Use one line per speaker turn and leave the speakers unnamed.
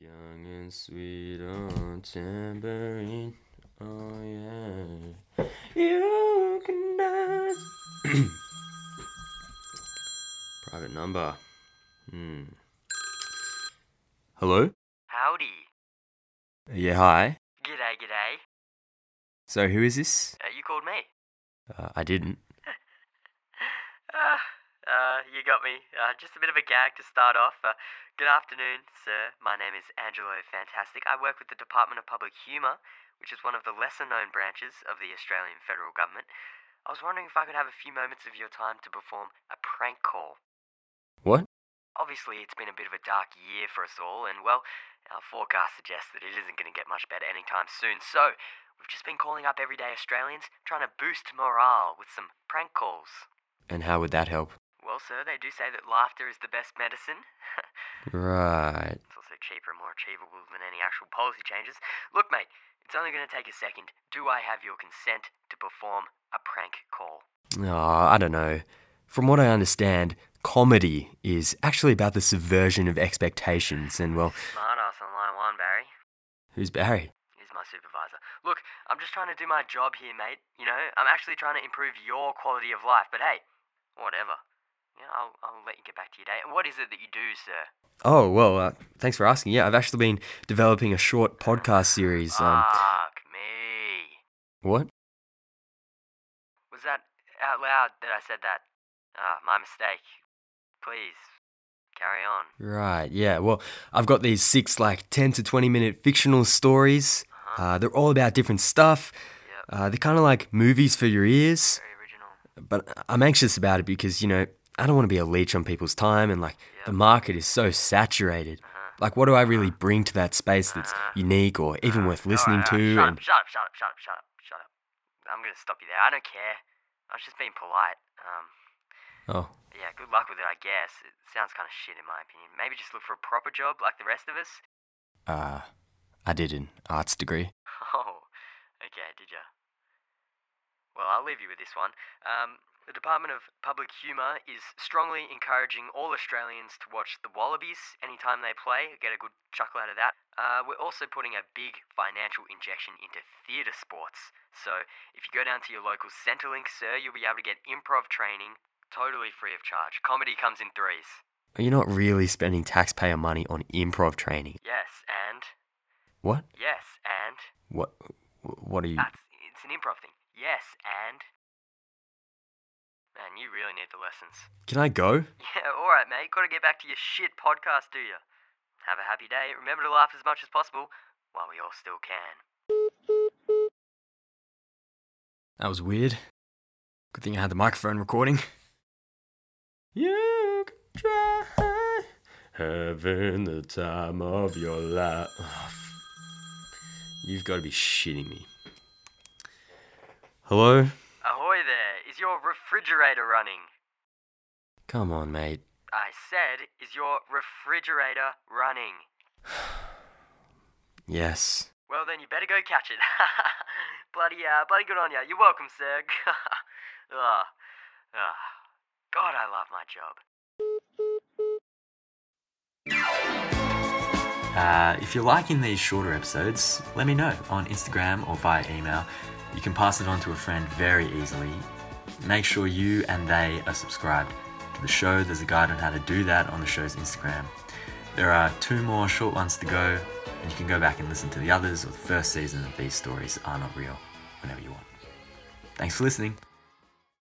Young and sweet on tambourine. Oh yeah. You can dance. Private number. Hmm. Hello?
Howdy.
Yeah, hi.
G'day, g'day.
So who is this?
Uh, you called me.
Uh, I didn't.
Ah, uh, you got me. Uh, just a bit of a gag to start off. Uh, good afternoon, sir. My name is Angelo Fantastic. I work with the Department of Public Humour, which is one of the lesser known branches of the Australian federal government. I was wondering if I could have a few moments of your time to perform a prank call.
What?
Obviously, it's been a bit of a dark year for us all, and well, our forecast suggests that it isn't going to get much better anytime soon. So, we've just been calling up everyday Australians, trying to boost morale with some prank calls.
And how would that help?
Well, sir, they do say that laughter is the best medicine.
Right.
it's also cheaper and more achievable than any actual policy changes. Look, mate, it's only going to take a second. Do I have your consent to perform a prank call?
Oh, I don't know. From what I understand, comedy is actually about the subversion of expectations, and well,
Smart ass on line one, Barry.
who's Barry?
He's my supervisor. Look, I'm just trying to do my job here, mate. You know, I'm actually trying to improve your quality of life, but hey, whatever. You know, I'll, I'll let you get back to your day. What is it that you do, sir?
Oh, well, uh, thanks for asking. Yeah, I've actually been developing a short podcast series. Um,
Fuck me.
what?
Was that out loud that I said that? Ah, my mistake. Please, carry on.
Right, yeah. Well, I've got these six, like, 10 to 20 minute fictional stories. Uh, they're all about different stuff.
Yep,
Uh, they're kind of like movies for your ears.
very original.
But I'm anxious about it because, you know, I don't want to be a leech on people's time, and, like, the market is so saturated. Like, what do I really bring to that space that's unique or even worth listening
Alright,
to?
alright,
And
Shut up, shut up, shut up, shut up, shut up, shut up. I'm gonna stop you there. I don't care. I was just being polite. Um,
oh,
yeah, good luck with it, I guess. It sounds kind of shit in my opinion. Maybe just look for a proper job like the rest of us.
uh, I did an arts degree.
Oh, okay, did ya? Well, I'll leave you with this one. Um, the Department of Public Humour is strongly encouraging all Australians to watch The Wallabies anytime they play, get a good chuckle out of that. Uh, we're also putting a big financial injection into theatre sports. So, if you go down to your local Centrelink, sir, you'll be able to get improv training totally free of charge. Comedy comes in threes.
You're not really spending taxpayer money on improv training.
Yes, and.
What?
Yes, and.
What? What are you?
That's, it's an improv thing. Yes, and. Man, you really need the lessons.
Can I go?
Yeah, alright, mate. Gotta get back to your shit podcast, do ya? Have a happy day. Remember to laugh as much as possible while we all still can.
That was weird. Good thing I had the microphone recording. You can try having the time of your life. You've got to be shitting me. Hello?
Ahoy there. Is your refrigerator running?
Come on, mate.
I said, is your refrigerator running?
Yes.
Well, then you better go catch it. bloody, uh, bloody good on ya. You're welcome, sir. Ah, ah. God, I love my job.
Uh, if you're liking these shorter episodes, let me know on Instagram or via email. You can pass it on to a friend very easily. Make sure you and they are subscribed to the show. There's a guide on how to do that on the show's Instagram. There are two more short ones to go, and you can go back and listen to the others or the first season of these stories are not real whenever you want. Thanks for listening.